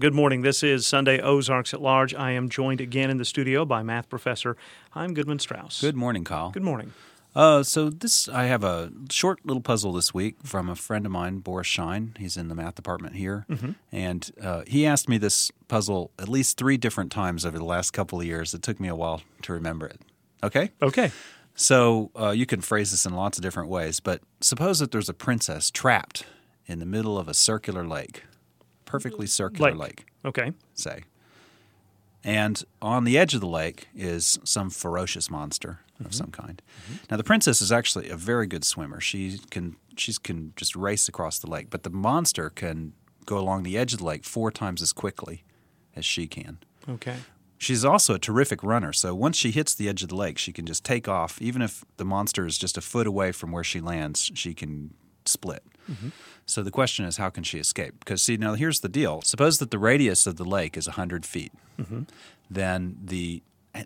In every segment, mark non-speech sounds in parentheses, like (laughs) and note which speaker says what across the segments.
Speaker 1: Good morning. This is Sunday Ozarks at Large. I am joined again in the studio by math professor Heim Goodman Strauss.
Speaker 2: Good morning, Kyle.
Speaker 1: Good morning.
Speaker 2: Uh, so this, I have a short little puzzle this week from a friend of mine, Boris Shine. He's in the math department here, and uh, he asked me this puzzle at least three different times over the last couple of years. It took me a while to remember it. Okay,
Speaker 1: Okay.
Speaker 2: so uh, you can phrase this in lots of different ways, but suppose that there's a princess trapped in the middle of a circular lake, perfectly circular
Speaker 1: Lake.
Speaker 2: lake
Speaker 1: Okay.
Speaker 2: say. And on the edge of the lake is some ferocious monster of some kind. Now the princess is actually a very good swimmer. She can she can just race across the lake, but the monster can go along the edge of the lake four times as quickly as she can.
Speaker 1: Okay.
Speaker 2: She's also a terrific runner, so once she hits the edge of the lake, she can just take off. Even if the monster is just a foot away from where she lands, she can split. So the question is, how can she escape? Because, see, now here's the deal suppose that the radius of the lake is 100 feet, then the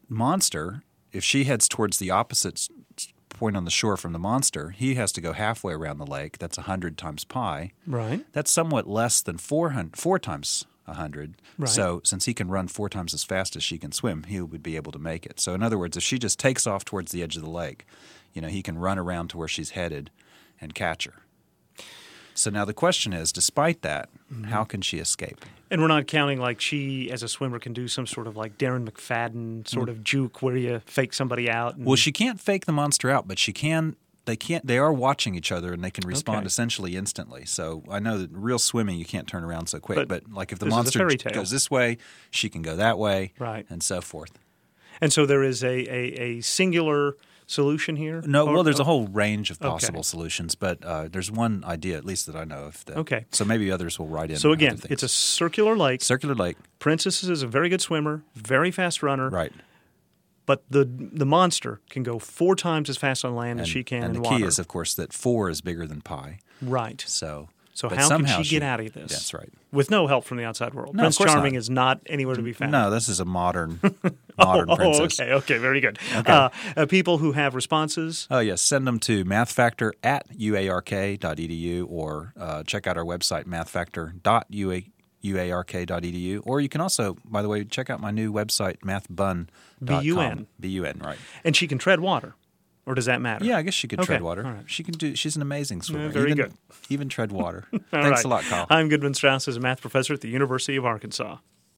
Speaker 2: monster, if she heads towards the opposite s- s- point on the shore from the monster, he has to go halfway around the lake. That's 100 times pi.
Speaker 1: Right.
Speaker 2: That's somewhat less than 400, four times 100.
Speaker 1: Right.
Speaker 2: So, since he can run four times as fast as she can swim, he would be able to make it. So, in other words, if she just takes off towards the edge of the lake, you know, he can run around to where she's headed and catch her. So, now the question is despite that, how can she escape?
Speaker 1: And we're not counting like she, as a swimmer, can do some sort of like Darren McFadden sort
Speaker 2: Mm.
Speaker 1: of juke where you fake somebody out. And,
Speaker 2: Well, she can't fake the monster out, but she can. They can't. They are watching each other, and they can respond
Speaker 1: Okay.
Speaker 2: essentially instantly. So I know that in real swimming, you can't turn around so quick.
Speaker 1: But
Speaker 2: But, like if the
Speaker 1: this is a
Speaker 2: monster
Speaker 1: fairy tale.
Speaker 2: goes this way, she can go that way,
Speaker 1: Right.
Speaker 2: and so forth.
Speaker 1: and so there is a, a, a singular solution here.
Speaker 2: No,
Speaker 1: Or- oh,
Speaker 2: well, there's a whole range of possible solutions, but uh, there's one idea at least that I know of. That,
Speaker 1: Okay.
Speaker 2: So maybe others will write in.
Speaker 1: So
Speaker 2: other
Speaker 1: again,
Speaker 2: things.
Speaker 1: it's a circular lake.
Speaker 2: circular lake,
Speaker 1: Princess is a very good swimmer, very fast runner.
Speaker 2: right?
Speaker 1: But the the monster can go four times as fast on land as she can
Speaker 2: And
Speaker 1: in
Speaker 2: the
Speaker 1: water.
Speaker 2: key is, of course, that four is bigger than pi.
Speaker 1: right.
Speaker 2: So.
Speaker 1: So
Speaker 2: but
Speaker 1: how can
Speaker 2: somehow
Speaker 1: she get out of this?
Speaker 2: That's right.
Speaker 1: With no help from the outside world.
Speaker 2: No, of
Speaker 1: Prince
Speaker 2: course
Speaker 1: Charming
Speaker 2: not.
Speaker 1: is not anywhere to be found.
Speaker 2: No, this is a modern, modern
Speaker 1: (laughs) Oh,
Speaker 2: princess.
Speaker 1: okay, okay, very good. Uh, uh, people who have responses,
Speaker 2: Oh, yes. Send them to mathfactor at uark.edu E or uh, check out our website, mathfactor.uark.edu. E Or you can also, by the way, check out my new website, mathbun.com.
Speaker 1: B-U-N.
Speaker 2: B-U-N, right.
Speaker 1: and she can tread water, or does that matter?
Speaker 2: Yeah, I guess she could
Speaker 1: Okay,
Speaker 2: tread water.
Speaker 1: all right. Mm,
Speaker 2: She can do. She's an amazing swimmer.
Speaker 1: very
Speaker 2: even,
Speaker 1: good.
Speaker 2: Even tread water.
Speaker 1: (laughs) All
Speaker 2: Thanks
Speaker 1: right.
Speaker 2: a lot, Kyle.
Speaker 1: I'm Goodman Strauss, as a math professor at the University of Arkansas.